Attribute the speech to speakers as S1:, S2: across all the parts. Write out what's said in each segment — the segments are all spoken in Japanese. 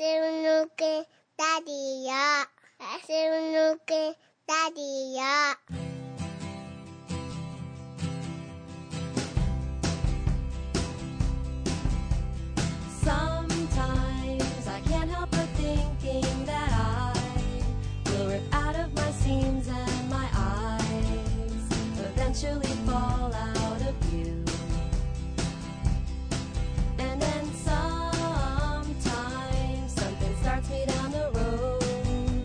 S1: のけダディよ。あしのけダディよ。
S2: Sometimes I can't help but thinking that I will rip out of my seams and my eyes eventually fall out of view. And then sometimes something starts me down the road.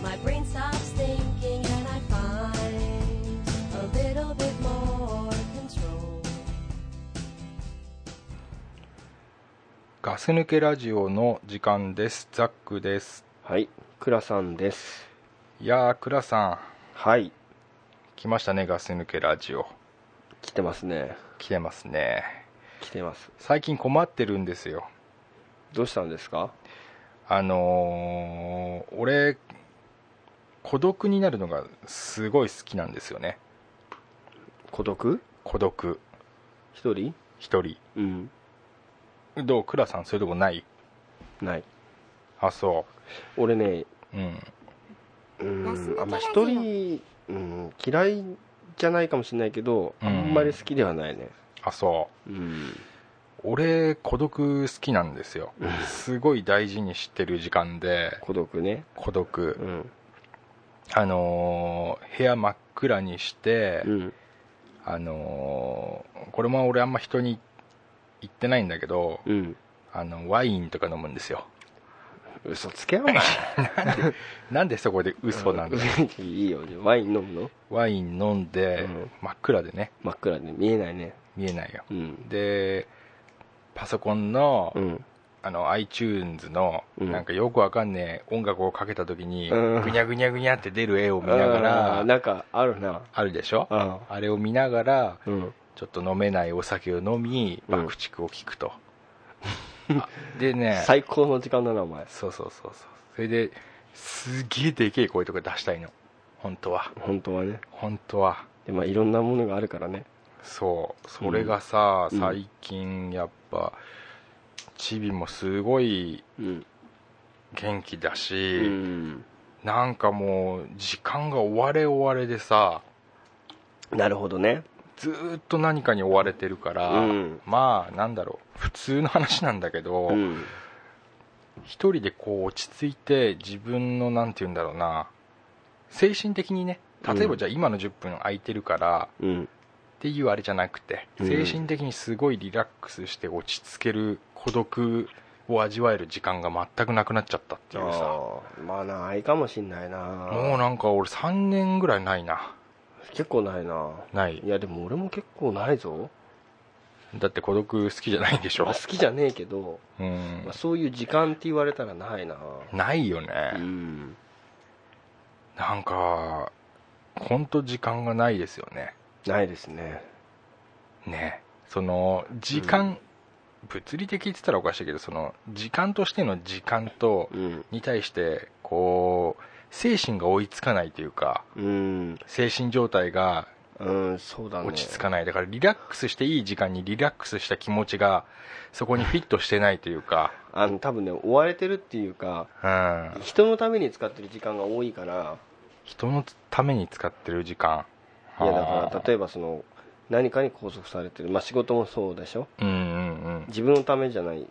S2: My brain stops thinking and I find a little bit more control.
S3: ガス抜けラジオの時間ですザックです
S4: はい、クラさんです。
S3: いやークラさん
S4: はい、
S3: 来ましたねガス抜けラジオ
S4: 来てますね。
S3: 来てますね
S4: 来てます。
S3: 最近困ってるんですよ
S4: どうしたんですか
S3: あのー俺孤独になるのがすごい好きなんですよね
S4: 孤独
S3: 孤独
S4: 一人
S3: 一人
S4: うん、
S3: どうクラさんそういうとこない
S4: ない。
S3: あそ
S4: 俺ね、
S3: ううん
S4: う
S1: 休み
S4: ん、
S1: た
S4: あん
S1: が
S4: ま一
S1: りなの
S4: 人、うん、嫌いじゃないかもしれないけど、
S3: うん
S4: あんまり好きではないね。
S3: あそう
S4: うん、
S3: 俺孤独好きなんですよ
S4: うん
S3: すごい大事にしてる時間で
S4: 孤独ね。
S3: 孤独
S4: うん、
S3: あのー部屋真っ暗にして、
S4: うん、
S3: あのーこれも俺あんま人に言ってないんだけど、
S4: うん。
S3: あのワインとか飲むんですよ
S4: 嘘つけよ、お前。
S3: なんでそこで嘘なんだ
S4: いいよ、ワイン飲むの
S3: ワイン飲んで、
S4: うん
S3: 真っ暗でね
S4: 真っ暗で見えないね。
S3: 見えないよ
S4: うん、
S3: でパソコンの,、
S4: うん、
S3: あの iTunes の、
S4: うん
S3: なんかよくわかんねえ音楽をかけた時に、
S4: うん
S3: ぐにゃぐにゃぐにゃって出る絵を見なが
S4: あー
S3: ら
S4: なんかあるな。
S3: あるでしょ
S4: あ
S3: あれを見ながら
S4: ーうん、
S3: ちょっと飲めないお酒を飲み
S4: うん
S3: 爆竹を聞くと、あで ね
S4: 最高の時間だな、お前。
S3: そうそうそうそうそれですげえでけえ声とか出したいの本当は
S4: 本当はね。
S3: 本当は
S4: でまあいろんなものがあるからね
S3: そうそれがさ、
S4: うん
S3: 最近やっぱチビもすごい
S4: うん、
S3: 元気だ
S4: う
S3: し、
S4: ん、
S3: なんかもう時間が終われ終われでさ
S4: なるほどね
S3: ずーっと何かに追われてるから、
S4: うん
S3: まあなんだろう普通の話なんだけど、
S4: うん
S3: 一人でこう落ち着いて自分のなんて言うんだろうな精神的にね例え
S4: う
S3: ば
S4: ん
S3: じゃあ今の10分空いてるから
S4: うん
S3: っていうあれじゃなくて
S4: うん
S3: 精神的にすごいリラックスして落ち着ける孤独を味わえる時間が全くなくなっちゃったって
S4: あ
S3: いうさ
S4: ーまあないかもしんないな
S3: もうなんか俺3年ぐらいないな
S4: 結構ないな
S3: ない
S4: いやでも俺も結構ないぞ
S3: だって孤独好きじゃないんでし
S4: ま
S3: ょ
S4: あ好きじゃねえけど、
S3: うん
S4: まあ、そういう時間って言われたらないな
S3: ないよ
S4: う
S3: ね
S4: ん
S3: なんか本当時間がないですよね
S4: ないですね
S3: ねその時間、物理的って言ったらおかしいけどその時間としての時間と
S4: うん
S3: に対してこう精神が追いつかないというか
S4: うん、
S3: 精神状態が
S4: うん、そうだね
S3: 落ち着かないだからリラックスしていい時間にリラックスした気持ちがそこにフィットしてないというか、
S4: あの多分ね追われてるっていうか
S3: うん、
S4: 人のために使ってる時間が多いから
S3: 人のために使ってる時間
S4: いやだから
S3: え
S4: 例えばその何かに拘束されてる、まあ、仕事もそうでしょ
S3: ばうんうん
S4: 自分のためじゃない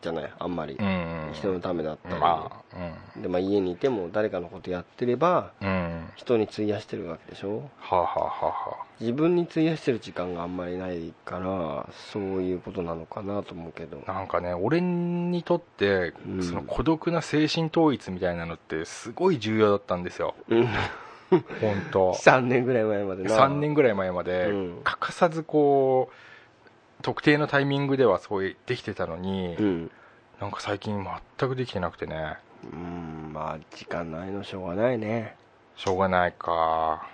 S4: じゃないあんまり、
S3: うんうん
S4: 人のためだったり、
S3: まあ
S4: でまあ、家にいても誰かのことやってれば
S3: うんうんは
S4: 人に費やしてるわけでしょ
S3: あ、はあはあはあ
S4: 自分に費やしてる時間があんまりないからそういうことなのかなと思うけど
S3: なんかね俺にとって、
S4: うん
S3: その孤独な精神統一みたいなのってすごい重要だったんですよ
S4: うん
S3: 本 当
S4: 3年ぐらい前までな
S3: 3年ぐらい前まで
S4: うん
S3: 欠かさずこう特定のタイミングではすごいできてたのに、
S4: うん
S3: なんか最近全くできてなくてね
S4: うんまあ時間ないのしょうがないね
S3: しょうがないか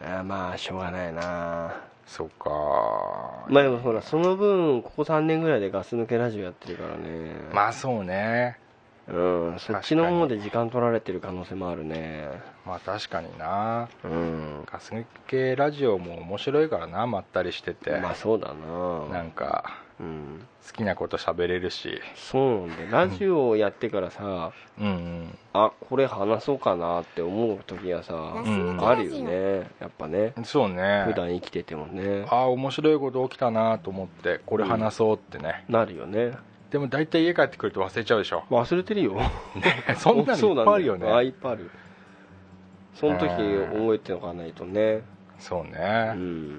S4: あーまあしょうがないな
S3: そうか
S4: まあでもほらその分ここ3年ぐらいでガス抜けラジオやってるからね
S3: まあそうね
S4: うんそっちの方で時間取られてる可能性もあるね
S3: まあ確かにな
S4: うん
S3: ガス抜けラジオも面白いからなまったりしてて、
S4: まあそうだ
S3: な
S4: なん
S3: か
S4: うん、
S3: 好きなこと喋れるし
S4: そうなんだよラジオをやってからさ、
S3: うん
S4: あこれ話そうかなって思う時がさ、
S3: んうん
S4: あるよねやっぱね
S3: うんそうね
S4: 普段生きててもね
S3: ああ面白いこと起きたなと思ってこれ話そうってね、
S4: なるよね
S3: でも大体家帰ってくると忘れちゃうで しょ
S4: 忘れてるよ
S3: そんなの
S4: そう
S3: いっ
S4: ん
S3: ぱい
S4: だ
S3: あるよね
S4: あいっぱいあるその時
S3: うん
S4: 覚えておかないとね
S3: そう
S4: う
S3: ね、
S4: ん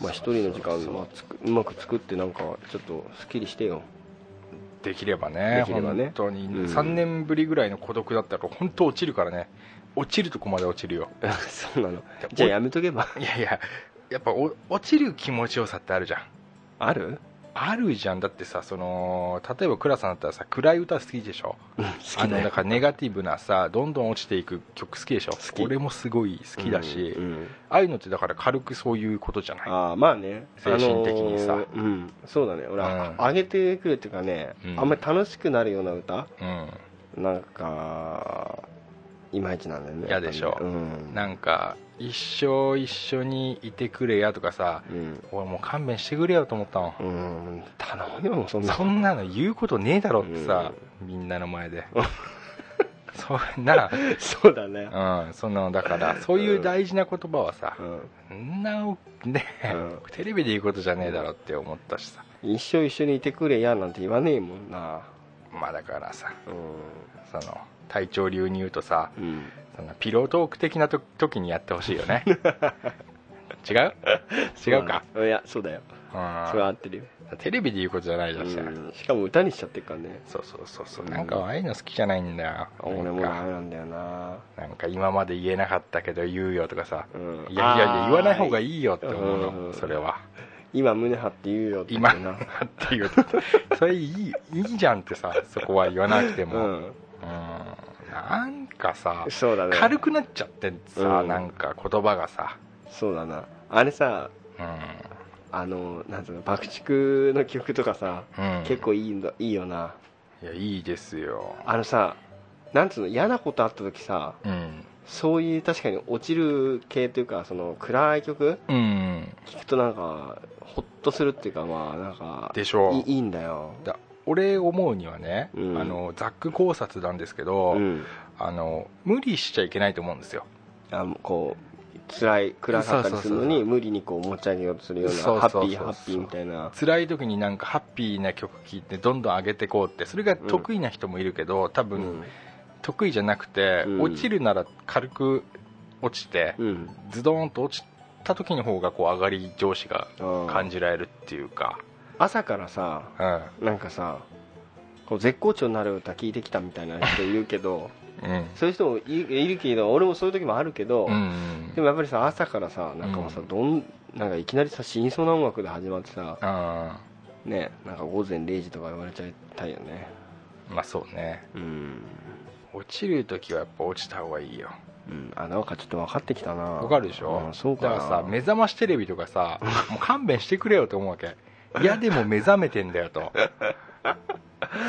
S4: まあ一
S3: そう
S4: 人の時
S3: そ
S4: 間
S3: うそう
S4: まあつくうまく作ってなんかちょっとすっきりしてよ
S3: できればね
S4: できればね
S3: 本当に、
S4: うん
S3: 3年ぶりぐらいの孤独だったら本当落ちるからね落ちるとこまで落ちるよ
S4: そうなのじゃあやめとけば
S3: いやいややっぱお落ちる気持ちよさってあるじゃん
S4: ある
S3: あるじゃんだってさその例えば倉さんだったらさ暗い歌好きでしょ
S4: 好
S3: あのだからネガティブなさどんどん落ちていく曲好きでしょ
S4: 好き
S3: 俺もすごい好きだし、
S4: うんうん
S3: ああいうのってだから軽くそういうことじゃない
S4: ああまあね
S3: 精神的にさ
S4: あのーうん、そうだね俺、
S3: うん
S4: あ上げてくるっていうかね、
S3: うん
S4: あんまり楽しくなるような歌
S3: うん
S4: なんかいまいちなんだよね
S3: 嫌でしょ
S4: やっぱりねうん
S3: なんか一生一緒にいてくれやとかさ
S4: うん、
S3: 俺もう勘弁してくれよと思ったの
S4: うん、頼むよそんな
S3: そんなの言うことねえだろってさ、みんなの前でそんな、
S4: そうだね
S3: うん、そのだからそういう大事な言葉はさ
S4: う、ん
S3: そんなおね、
S4: うん
S3: テレビで言うことじゃねえだろって思ったしさ
S4: 一生一緒にいてくれやなんて言わねえもんな
S3: まあだからさそ
S4: う
S3: の隊長流に言うとさ
S4: ん、うん、
S3: そのピロートーク的なと時にやってほしいよ ね違う違うか
S4: そうだねいやそうだよ
S3: うん
S4: それは合ってるよ、
S3: テレビで言うことじゃないじゃん、
S4: うん、しかも歌にしちゃってるからね
S3: そうそうそうそう
S4: うん
S3: なんかああいうの好きじゃないんだよ
S4: 俺もダ
S3: なん
S4: メ
S3: か
S4: なんだよな
S3: なんか今まで言えなかったけど言うよとかさ、
S4: うん
S3: いやいやい
S4: あ
S3: や
S4: ー
S3: 言わない方がいいよって思うの、
S4: うん
S3: それは
S4: 今胸張って言うよって言
S3: 今
S4: っ
S3: って
S4: な
S3: ていうとそれいいいいじゃんってさそこは言わなくても、うん
S4: うん
S3: なんかさ
S4: そうだね
S3: 軽くなっちゃってさ、
S4: うん
S3: なんか言葉がさ、
S4: そうだなあれさ
S3: う
S4: あのなんつうの爆竹の曲とかさ、
S3: んうん、
S4: 結構いいんだいいよない
S3: やいいですよ
S4: あのさなんつうの嫌なことあった時さ
S3: うん
S4: そういう確かに落ちる系というかその暗い曲
S3: うん
S4: 聞くとなんかホッとするっていうかまあなんか
S3: でしょ
S4: いいいんだよ
S3: だ俺思うにはね、
S4: うん
S3: あのザック考察なんですけど、
S4: うん
S3: あの無理しちゃいけないと思うんですよ
S4: あのこう辛い暗かったりする
S3: そうそうそう
S4: の
S3: そ
S4: に
S3: う
S4: 無理にこう持ち上げようとするような
S3: そう
S4: ハ
S3: そうそうそ
S4: ッ
S3: う
S4: ピーハッピーみたいな
S3: 辛い時になんかハッピーな曲聴いてどんどん上げてこうってそれが得意な人もいるけど、多
S4: う
S3: 分
S4: ん
S3: 得意じゃなくて、
S4: うん
S3: 落ちるなら軽く落ちて、
S4: うん
S3: ズドーンと落ちた時の方がこう上がり上司が感
S4: あ
S3: じられるっていうか、
S4: 朝からさなんかさこう絶好調になる歌聞いてきたみたいな人いる けど
S3: うんうん
S4: そういう人もいいるけど俺もそういう時もあるけど、
S3: うん
S4: でもやっぱりさ朝からさなんかもうさ、
S3: うん
S4: どんなんかいきなりさ死にそうな音楽で始まってさ
S3: あ
S4: ねなんか午前0時とか言われちゃいたいよね
S3: ーまあそうね
S4: うん、
S3: 落ちる時はやっぱ落ちた方がいいよ
S4: うん、あなんかちょっと分かってきたな
S3: わかるでしょ、
S4: うんそう
S3: だ
S4: かな
S3: からさ目覚ましテレビとか さもう勘弁してくれよと思うわけいやでも目覚めてんだよと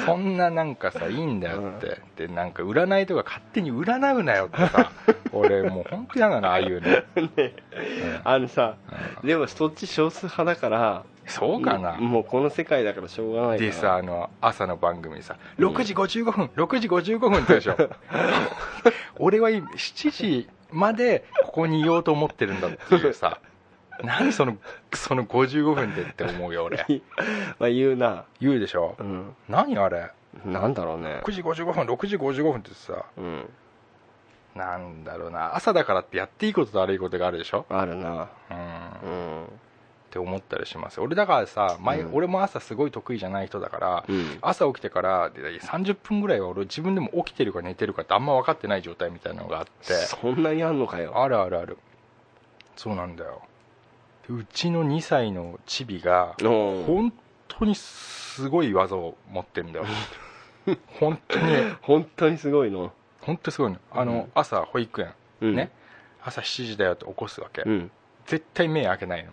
S3: そんななんかさいいんだよって、でなんか占いとか勝手に占うなよって さ俺もう本当嫌なのああいうの、うん
S4: あのさ
S3: う
S4: でもそっち少数派だから
S3: そうかな、
S4: ももうこの世界だからしょうがないか
S3: で
S4: ら
S3: さあの朝の番組さ
S4: うん
S3: 6時55分、6時55分ってでしょ 俺は今7時までここにいようと思ってるんだっていう さ何そのその55分でって思うよ俺
S4: まあ言うな
S3: 言うでしょ
S4: うん
S3: 何あれ
S4: なんだろうね
S3: 6時55分6時55分ってさ
S4: うん
S3: なんだろうな朝だからってやっていいことと悪いことがあるでしょ
S4: あるな
S3: うん
S4: うん
S3: って思ったりします俺だからさ前、
S4: うん
S3: 俺も朝すごい得意じゃない人だから、
S4: うん
S3: 朝起きてからで30分ぐらいは俺自分でも起きてるか寝てるかってあんま分かってない状態みたいなのがあって
S4: そんなにあんのかよ
S3: あるあるあるそうなんだよでうちの2歳のチビが
S4: うん
S3: 本当にすごい技を持って るんだよ本当に
S4: 本当にすごいの
S3: 本当にすごいのあの、
S4: うん
S3: 朝保育園
S4: うん
S3: ね朝7時だよって起こすわけ、
S4: うん
S3: 絶対目開けないの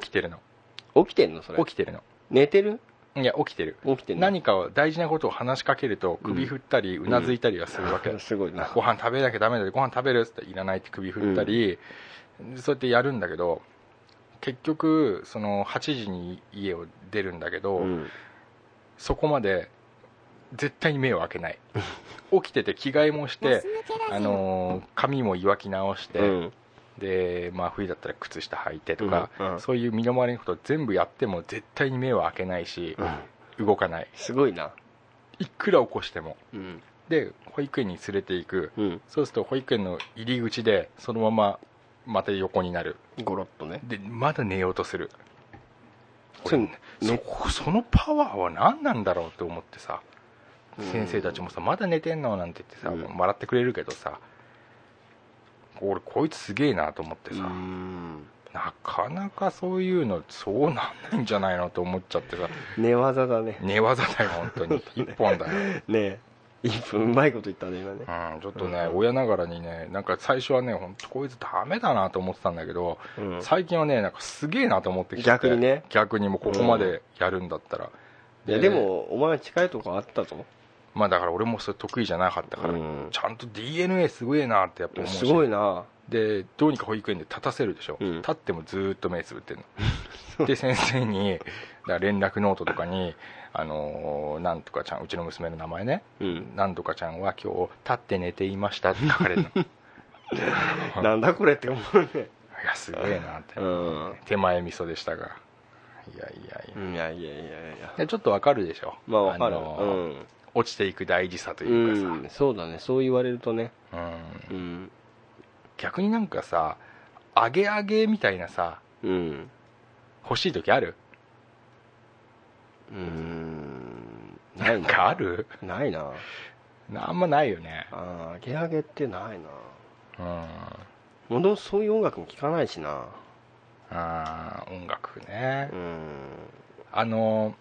S3: 起きてるの
S4: 起きてんのそれ
S3: 起きてるの
S4: 寝てる
S3: いや起きてる
S4: 起きてんの
S3: 何かを大事なことを話しかけると首振ったりうなずいたりはするわけ、
S4: すごいな
S3: ご飯食べなきゃダメだよご飯食べるっつっていらないって首振ったり、そうやってやるんだけど結局その8時に家を出るんだけど、
S4: うん
S3: そこまで絶対に目を開けない 起きてて着替えもして、あのー髪も湯わき直して、
S4: うん
S3: で、まあ、冬だったら靴下履いてとか、
S4: うんうん
S3: そういう身の回りのこと全部やっても絶対に目は開けないし、
S4: うん
S3: 動かない
S4: すごいない
S3: くら起こしても
S4: うん
S3: で保育園に連れて行く
S4: うん
S3: そうすると保育園の入り口でそのまままた横になる
S4: ゴロッとね
S3: でまだ寝ようとする
S4: それ
S3: 俺
S4: ね
S3: そそのパワーは何なんだろうって思ってさ
S4: うん
S3: 先生たちもさ「まだ寝てんの?」なんて言ってさ
S4: うん
S3: 笑ってくれるけどさ俺こいつすげえなと思って
S4: う
S3: さ
S4: ん
S3: なかなかそういうのそうなんないんじゃないのと思っちゃってさ
S4: 寝技だね
S3: 寝技だよ本当 に一本だよ
S4: ねえ一分うまいこと言ったね今ね
S3: うん、ちょっとね、
S4: うん
S3: 親ながらにねなんか最初はね本当こいつダメだなと思ってたんだけど、
S4: うん
S3: 最近はねなんかすげえなと思ってきて
S4: 逆にね
S3: 逆にもうここまでやるんだったら、
S4: いやでもお前近いとこあったぞ
S3: まあだから俺もそれ得意じゃなかったから、
S4: うん
S3: ちゃんと DNA すごいなってやっぱ思うし
S4: すごいな
S3: でどうにか保育園で立たせるでしょ、
S4: うん
S3: 立ってもずーっと目つぶってんの で先生にだから連絡ノートとかに「あのーなんとかちゃんうちの娘の名前ね、
S4: うん
S3: なんとかちゃんは今日立って寝ていました」って書かれる のい
S4: なんだこれって思うね
S3: やすごいなって、
S4: う
S3: 手前味噌でしたがいやいやいや、
S4: んいやいやいやいや
S3: でちょっとわかるでしょ
S4: まあわかる
S3: のー落ちていく大事さと
S4: う
S3: いう
S4: ん
S3: かさ、
S4: うんそうだねそう言われるとね
S3: うん
S4: うん
S3: 逆になんかさあげあげみたいなさ
S4: うん
S3: 欲しい時ある
S4: うんな
S3: ないん
S4: な
S3: かある
S4: ないな
S3: あんまないよね
S4: あーゲアゲってない
S3: うん
S4: なもともとそういう音楽も聴かないしな
S3: あー音楽ね
S4: うん
S3: あの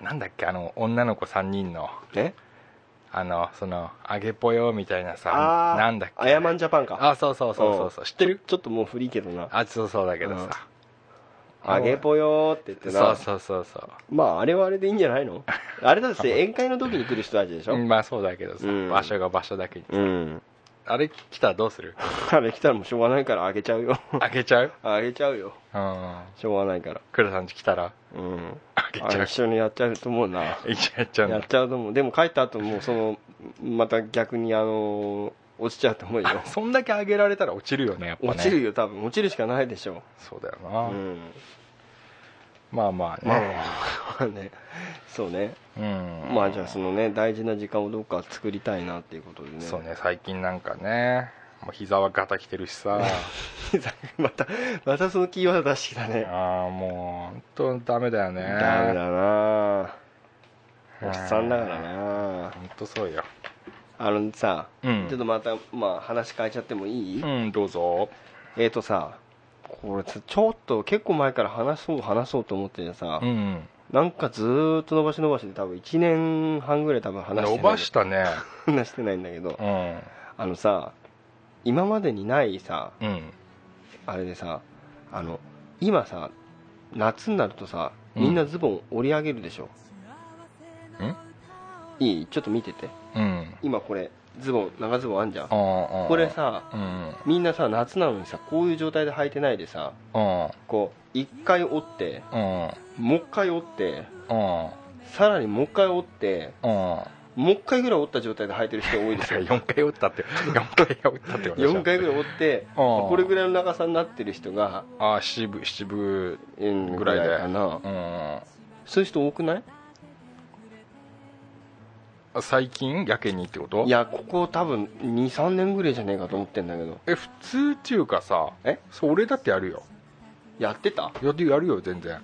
S3: なんだっけあの女の子3人の
S4: え
S3: あのそのあげぽよみたいなさ
S4: あー
S3: なんだっけ
S4: アヤマンジャパンか
S3: あそうそうそうそうそう知ってる
S4: ちょっともう古いけどな
S3: あそうそうだけどさ、
S4: あげぽよーって言って
S3: そ
S4: な
S3: うそうそうそう
S4: まああれはあれでいいんじゃな いのあれだって宴会の時に来る人たちでしょ
S3: うんまあそうだけどさ、
S4: うん
S3: 場所が場所だけに
S4: うん
S3: あれ来たらどう する
S4: あれ来たらもうしょうがないからあげちゃうよ
S3: あげちゃう
S4: あげちゃうよ
S3: うん
S4: しょうがないから
S3: 黒さんち来たら
S4: うん
S3: あげ
S4: あ
S3: ちゃう
S4: 一緒にやっちゃうと思うな
S3: やっちゃうやっちゃうん
S4: や
S3: だ
S4: っちゃうと思うでも帰った後もうそのまた逆にあの落ちちゃうと思うよ
S3: あそんだけ上げられたら落ちるよねやっぱね
S4: 落ちるよ多分落ちるしかないでしょ
S3: そうだよ
S4: う
S3: な、
S4: ん
S3: まあまあ
S4: まあ
S3: ね、
S4: まあ ねそうね
S3: うん
S4: まあじゃあそのね大事な時間をどうか作りたいなっていうことでね
S3: そうね最近なんかねもう膝はガタきてるし さ
S4: またまたそのキーワード出してきたね
S3: ああもう本当ダメだよね
S4: ダメだな
S3: うん
S4: おっさんだからな
S3: 本当そうよ
S4: あのさ、
S3: うん
S4: ちょっとまた、まあ、話変えちゃってもいい、
S3: うんどうぞ
S4: えっ、とさこれちょっと結構前から話そう話そうと思っててさ、
S3: うん
S4: なんかずーっと伸ばし伸ばしで多分1年半ぐらい多分話してない
S3: 伸ばしたね
S4: 話してないんだけど、
S3: うん
S4: あのさ今までにないさ
S3: うん
S4: あれでさあの今さ夏になるとさみんなズボン折り上げるでしょ、
S3: うん
S4: いいちょっと見てて
S3: うん
S4: 今これズボン長ズボンあんじゃん
S3: あーあー
S4: これさ
S3: うん
S4: みんなさ夏なのにさこういう状態で履いてないでさ
S3: うん
S4: こう一回折って
S3: うん
S4: もう一回折って
S3: うん
S4: さらにもう一回折って
S3: うん
S4: もう一回ぐらい折った状態で履いてる人多いで
S3: だ
S4: す
S3: か
S4: よ
S3: ら4回打ったって4回打ったってことでしょ
S4: 4回ぐらい折って
S3: あー
S4: これぐらいの長さになってる人が
S3: ああ七分七分
S4: うん
S3: ぐらいで
S4: かな
S3: うん
S4: そういう人多くない
S3: 最近やけにってこと
S4: いやここ多分23年ぐらいじゃねえかと思ってんだけど
S3: え普通っていうかさ
S4: え
S3: それ俺だってやるよ
S4: やってた
S3: やるやるよ全然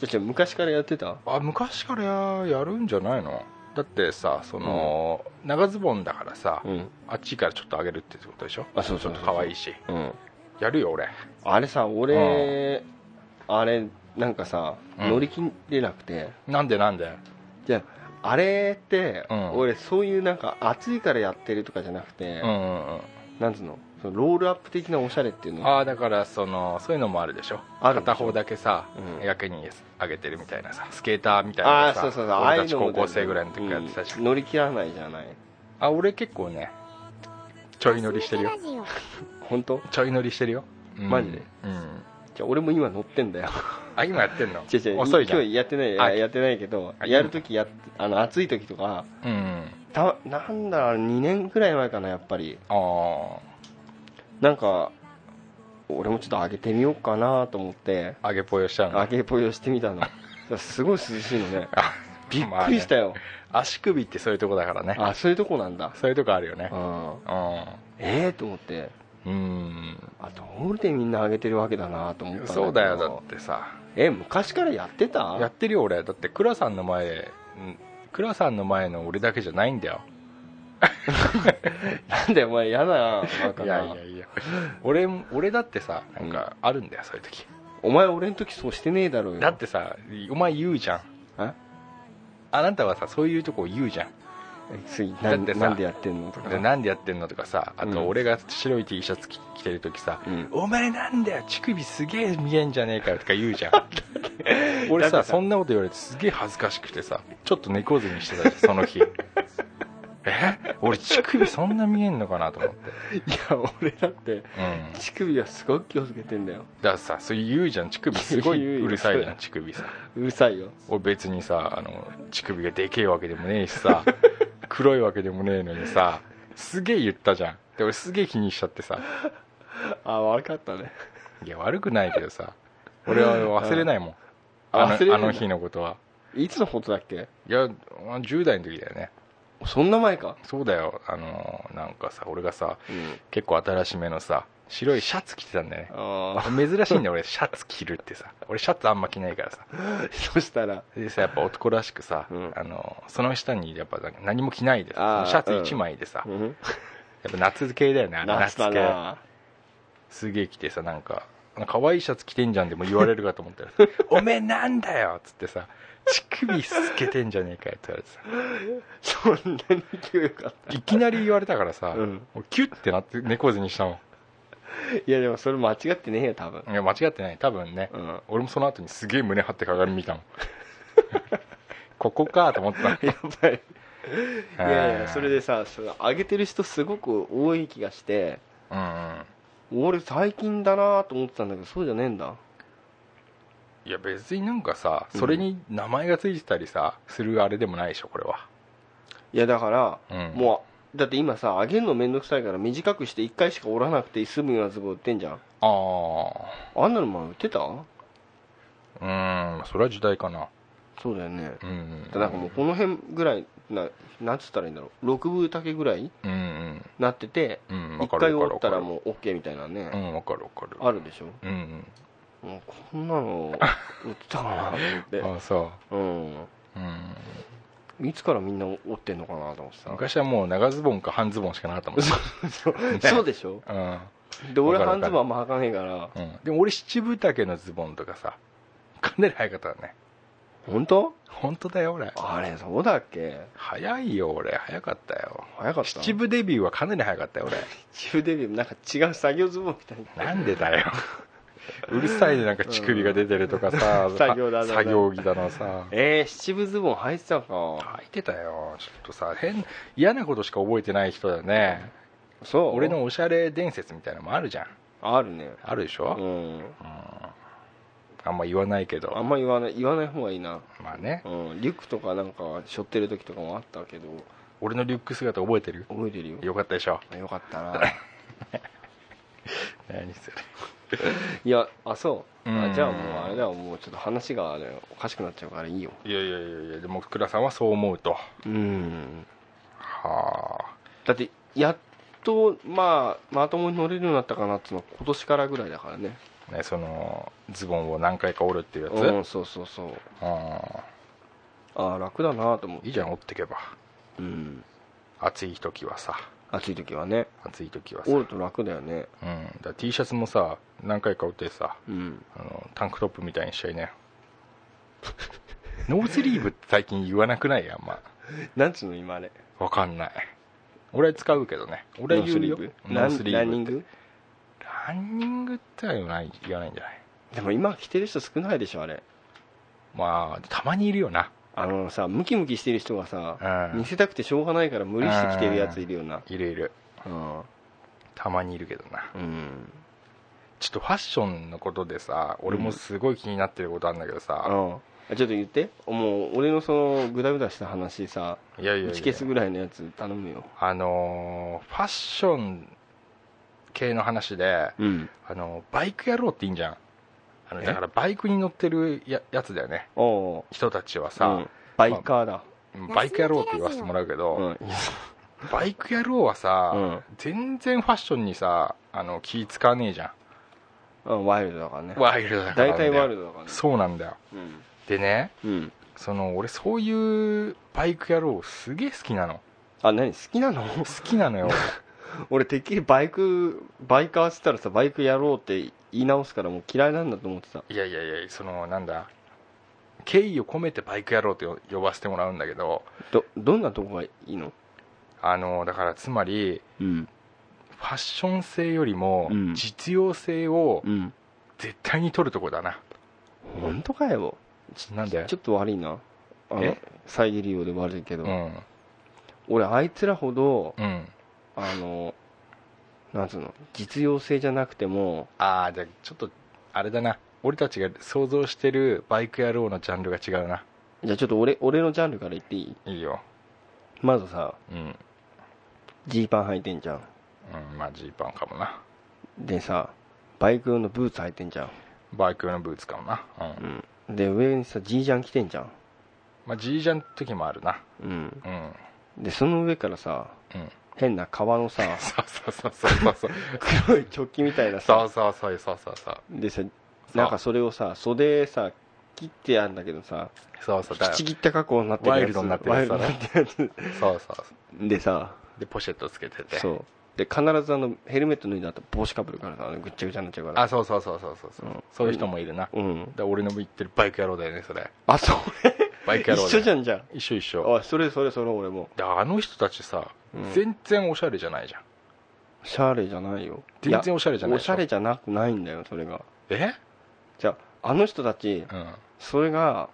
S4: じゃじゃ昔からやってた
S3: あ昔からややるんじゃないのだってさその、長ズボンだからさ、
S4: うん
S3: あっちからちょっと上げるってことでしょ
S4: あそうそうそう
S3: ちょっと可愛いし
S4: うん
S3: やるよ俺
S4: あれさ俺あれなんかさ
S3: うん
S4: 乗り切れなくて、
S3: なんでなんで
S4: じゃああれって、
S3: うん
S4: 俺そういうなんか暑いからやってるとかじゃなくて、
S3: うんうんうん
S4: なんつうのそのロールアップ的なおしゃれっていうの
S3: ああだからそのそういうのもあるでしょ
S4: あるでしょ
S3: 片方だけさ、
S4: うん
S3: やけに上げてるみたいなさスケーターみたい
S4: あ
S3: な
S4: あ
S3: さ
S4: そうそうそうああ
S3: 俺
S4: い
S3: た
S4: う
S3: ち
S4: のも
S3: 高校生ぐらいの時やってたじゃん、
S4: うん乗り切らないじゃない
S3: あ俺結構ねちょい乗りしてるよ
S4: 本当
S3: ちょい乗りしてるよ、うん
S4: マジで
S3: うん
S4: じゃあ俺も今乗ってんだよ
S3: あ今やってんの
S4: 違う違う
S3: 遅いじゃん
S4: 今日やってない
S3: あ
S4: ややってないけど
S3: あ
S4: やる時やっあの暑い時とか
S3: うん
S4: たなんだろう2年くらい前かなやっぱり
S3: ああ
S4: なんか俺もちょっと上げてみようかなと思って
S3: 揚げぽよしちゃうの
S4: 上げぽよしてみたの すごい涼しいのね
S3: あ
S4: びっくりした
S3: よ、
S4: よ、
S3: まあね足首ってそういうとこだからね
S4: あそういうとこなんだ
S3: そういうとこあるよね
S4: うん
S3: う
S4: ええと思って
S3: ん
S4: あどうでみんな上げてるわけだなと思
S3: う
S4: っ
S3: ん
S4: たんけど
S3: そうだよだってさ
S4: え昔からやってた
S3: やってるよ俺だって倉さんの前うん倉さんの前の俺だけじゃないんだよ
S4: なんだよお前嫌だなバカ
S3: い
S4: な
S3: やいやいや俺も俺だってさなんかあるんだよ、そういう時
S4: お前俺の時そうしてねえだろうよ
S3: だってさお前言うじゃん
S4: え
S3: あなたはさそういうとこ言うじゃん
S4: え次な
S3: だっ
S4: ん
S3: てさ
S4: なんでやってんのとか
S3: でなんでやってんのとかさあ
S4: うん
S3: と俺が白い T シャツ着着てる時さ、
S4: うん
S3: お前なんだよ乳首すげえ見えんじゃねえかよとか言う じゃん俺
S4: だっ
S3: さ
S4: てさ
S3: そんなこと言われてすげえ恥ずかしくてさちょっと猫背にしてたじゃんそ の日え俺乳首そんな見えんのかなと思って
S4: いや俺だって
S3: うん
S4: 乳首はすごく気をつけてんだよ
S3: だからさそう言うじゃん乳首すご
S4: 言う
S3: い
S4: よ
S3: うるさいじゃん乳首さ
S4: うるさいよ
S3: 俺別にさあの乳首がでけえわけでもねえしさ 黒いわけでもねえのにさすげえ言ったじゃんで俺すげえ気にしちゃってさ
S4: あ悪かったね
S3: いや悪くないけどさ俺は忘れないもん
S4: あ
S3: あ
S4: 忘れるん
S3: の
S4: だ
S3: あの日のことはい
S4: つのことだっけ
S3: いや10代の時だよね
S4: そんな前か
S3: そうだよあのなんかさ俺がさ
S4: うん
S3: 結構新しめのさ白いシャツ着てたんだよね
S4: あ
S3: 珍しいんだよ 俺シャツ着るってさ俺シャツあんま着ないからさ
S4: あそしたら
S3: でさやっぱ男らしくさ、
S4: うん
S3: あのその下にやっぱ何も着ないでシ
S4: あー
S3: ャツ1枚でさ、や
S4: うん
S3: っぱ夏系だよねあれ
S4: 夏だ
S3: 系
S4: な
S3: すげえ着てさなんか可愛いシャツ着てんじゃんでも言われるかと思ったら おめえなんだよっつってさ乳首透けてんじゃねえかよって言われ
S4: そんなに勢いよかっ
S3: て
S4: た
S3: さいきなり言われたからさ、
S4: うん
S3: もうキュッてなって猫背にしたも
S4: いやでもそれ間違ってねえよ多分
S3: んいや間違ってない多分ね、
S4: うん
S3: 俺もその後にすげえ胸張って鏡見たもん ここかと思った
S4: やばいいやいやそれでさその上げてる人すごく多い気がして
S3: うんうん
S4: 俺最近だなと思ってたんだけどそうじゃねえんだ
S3: いや別になんかさそれに名前がついてたりさするあれでもないでしょこれはい
S4: やだから、
S3: うん
S4: もうだって今さ上げるのめんどくさいから短くして1回しか折らなくて済むようなズボン売ってんじゃん
S3: あ
S4: あんなの前売ってた
S3: あうんそれは時代かな
S4: そうだよね、
S3: うん
S4: だからなんかもうこの辺ぐらいななんつったらいいんだろう6分丈ぐらい
S3: うんうん
S4: なってて
S3: うんわ
S4: 1
S3: か
S4: 回
S3: るわ
S4: 折
S3: かる
S4: ったら
S3: わ
S4: もう OK みたいなね
S3: か、るうんわかるわかる
S4: あるでしょ
S3: うん
S4: もうこんなの売ってたかなと思っ
S3: う
S4: て
S3: んあそ
S4: うん
S3: ううん
S4: いつからみんな折ってんのかなと思ってさ
S3: 昔はもう長ズボンか半ズボンしかなかったもんね
S4: そうでしょ
S3: うん
S4: で俺
S3: わかる
S4: 半ズボンあんま履かねえから
S3: うんでも俺七分丈のズボンとかさかなり早かったね
S4: 本当
S3: 本当だよ俺
S4: あれそうだっけ
S3: 早いよ俺早かったよ
S4: 早かった
S3: 七分デビューはかなり早かったよ俺
S4: 七分デビューなんか違う作業ズボンみたいな
S3: なんで だようるさいでなんか乳首が出てるとかさ、
S4: うん作業だな
S3: 作業着だのさ
S4: えー、七分ズボン履いてたか
S3: 履いてたよちょっとさ変嫌なことしか覚えてない人だよね
S4: そう
S3: 俺のおしゃれ伝説みたいなのもあるじゃん
S4: あるね
S3: あるでし
S4: う
S3: ょ、
S4: ん
S3: あんま言わないけ
S4: あ
S3: ど
S4: んま言わない言わない方がいいな
S3: まあね
S4: うんリュックとかなんか背負ってる時とかもあったけど
S3: 俺のリュック姿覚えてる
S4: 覚えてるよ
S3: よかったでしょ
S4: あよかった な
S3: 何それ
S4: いやあそう
S3: う
S4: あ
S3: ん
S4: じゃあもうあれだわもうちょっと話があれおかしくなっちゃうからいいよ
S3: いやいやいやいやでも倉さんはそう思うと
S4: うん
S3: はあ
S4: だってやっとまあまともに乗れるようになったかなっていうのは今年からぐらいだからね
S3: ね、そのズボンを何回か折るっていうやつ、
S4: うんそうそうそう
S3: う
S4: ああ楽だなと思うん
S3: いいじゃん折ってけば
S4: うん
S3: 暑い時はさ
S4: 暑い時はね
S3: 暑い時はさ、
S4: 折
S3: う
S4: ると楽だよね
S3: ん、だから T シャツもさ何回か売ってさ
S4: うん
S3: あのタンクトップみたいにしちゃいなよノースリーブって最近言わなくないあんま
S4: なんつうの今あれ
S3: わかんない俺は使うけどね俺は言うよ
S4: ノースリーブラ
S3: ノ
S4: ンランニン
S3: ース
S4: グ
S3: ランニングっては言わない言わないんじゃない
S4: でも今着てる人少ないでしょあれ
S3: まあたまにいるよな
S4: あのさムキムキしてる人がさ、
S3: うん
S4: 見せたくてしょうがないから無理して着てるやついるよない
S3: るいる
S4: うん、
S3: たまにいるけどな
S4: うん、
S3: ちょっとファッションのことでさ俺もすごい気になってることあるんだけど
S4: うん
S3: さ、
S4: ちょっと言ってもう俺のそのグダグダした話さ
S3: いやいやい
S4: 打
S3: や
S4: ち消すぐらいのやつ頼むよ
S3: あのーファッション系の話で、
S4: うん
S3: あのバイク野郎っていいんじゃんあの
S4: え
S3: だからバイクに乗ってるややつだよね
S4: おお
S3: 人たちは
S4: う
S3: さ
S4: ん、バイカーだ、
S3: バイク野郎って言わせてもらうけど、
S4: うん
S3: バイク野郎はさ、
S4: うん
S3: 全然ファッションにさあの気使わねえじゃ
S4: うん、ワイルドだからね
S3: んワイルドだから
S4: 大
S3: なんだ
S4: 体
S3: よ
S4: ワイルドだからね
S3: そうなんだよ
S4: うん
S3: でね
S4: うん
S3: その俺そういうバイク野郎すげえ好きなの
S4: あ何好きなの
S3: 好きなのよ
S4: 俺てっきりバイクバイカーっつったらさバイクやろうって言い直すからもう嫌いなんだと思ってた
S3: いやいやいやそのなんだ敬意を込めてバイク野郎とよ呼ばせてもらうんだけど
S4: どどんなとこがいいの
S3: あのだからつまり
S4: うん
S3: ファッション性よりも
S4: うん
S3: 実用性を
S4: うん
S3: 絶対に取るとこだな、
S4: 本当かよ
S3: なんで
S4: ちょっと悪いなあの
S3: え
S4: 遮るようで悪いけど、
S3: うん
S4: 俺あいつらほど
S3: うん
S4: あのなんつうの実用性じゃなくても
S3: ああじゃあちょっとあれだな俺たちが想像してるバイク野郎のジャンルが違うな
S4: じゃあちょっと俺俺のジャンルから言っていい
S3: いいよ
S4: まずさ
S3: うん
S4: ジーパン履いてんじゃん
S3: うんまあジーパンかもな
S4: でさバイク用のブーツ履いてんじゃん、
S3: バイク用のブーツかもなうん、
S4: うん、で上にさジージャン着てんじゃん、
S3: まあジージャンの時もあるな
S4: うん、
S3: うん
S4: でその上からさ
S3: うん
S4: 変な革のさ
S3: そうそうそうそうそう
S4: 黒いチョッキみたいな
S3: そう
S4: さ
S3: そうそうそうそうそう
S4: でさなんかそれをさ袖さ切ってあるんだけどさ
S3: そうそうだ
S4: ちぎった加工になってるやつ
S3: ワイルドになってる
S4: ワ
S3: や
S4: イル
S3: つ
S4: ド
S3: だね
S4: になってるや
S3: そうそう
S4: つでさ
S3: でポシェットつけてて
S4: そうで必ずあのヘルメット脱いだと帽子かぶるからさぐっちゃぐちゃになっちゃうから
S3: あそうそうそうそうそうそう、
S4: うん
S3: そういう人もいるな、
S4: うん
S3: だ俺の言ってるバイク野郎だよねそれ
S4: あそれ
S3: バイク野郎
S4: 一緒じ
S3: ゃ
S4: ゃんじゃん
S3: 一緒一緒
S4: あそれそれそれ俺も
S3: であの人たちさ、
S4: うん
S3: 全然おしゃれじゃないじゃん
S4: シャレじゃないよ
S3: 全然おしゃれじゃない
S4: おしゃれじゃなくないんだよそれが
S3: え
S4: じゃああの人たち
S3: う
S4: それが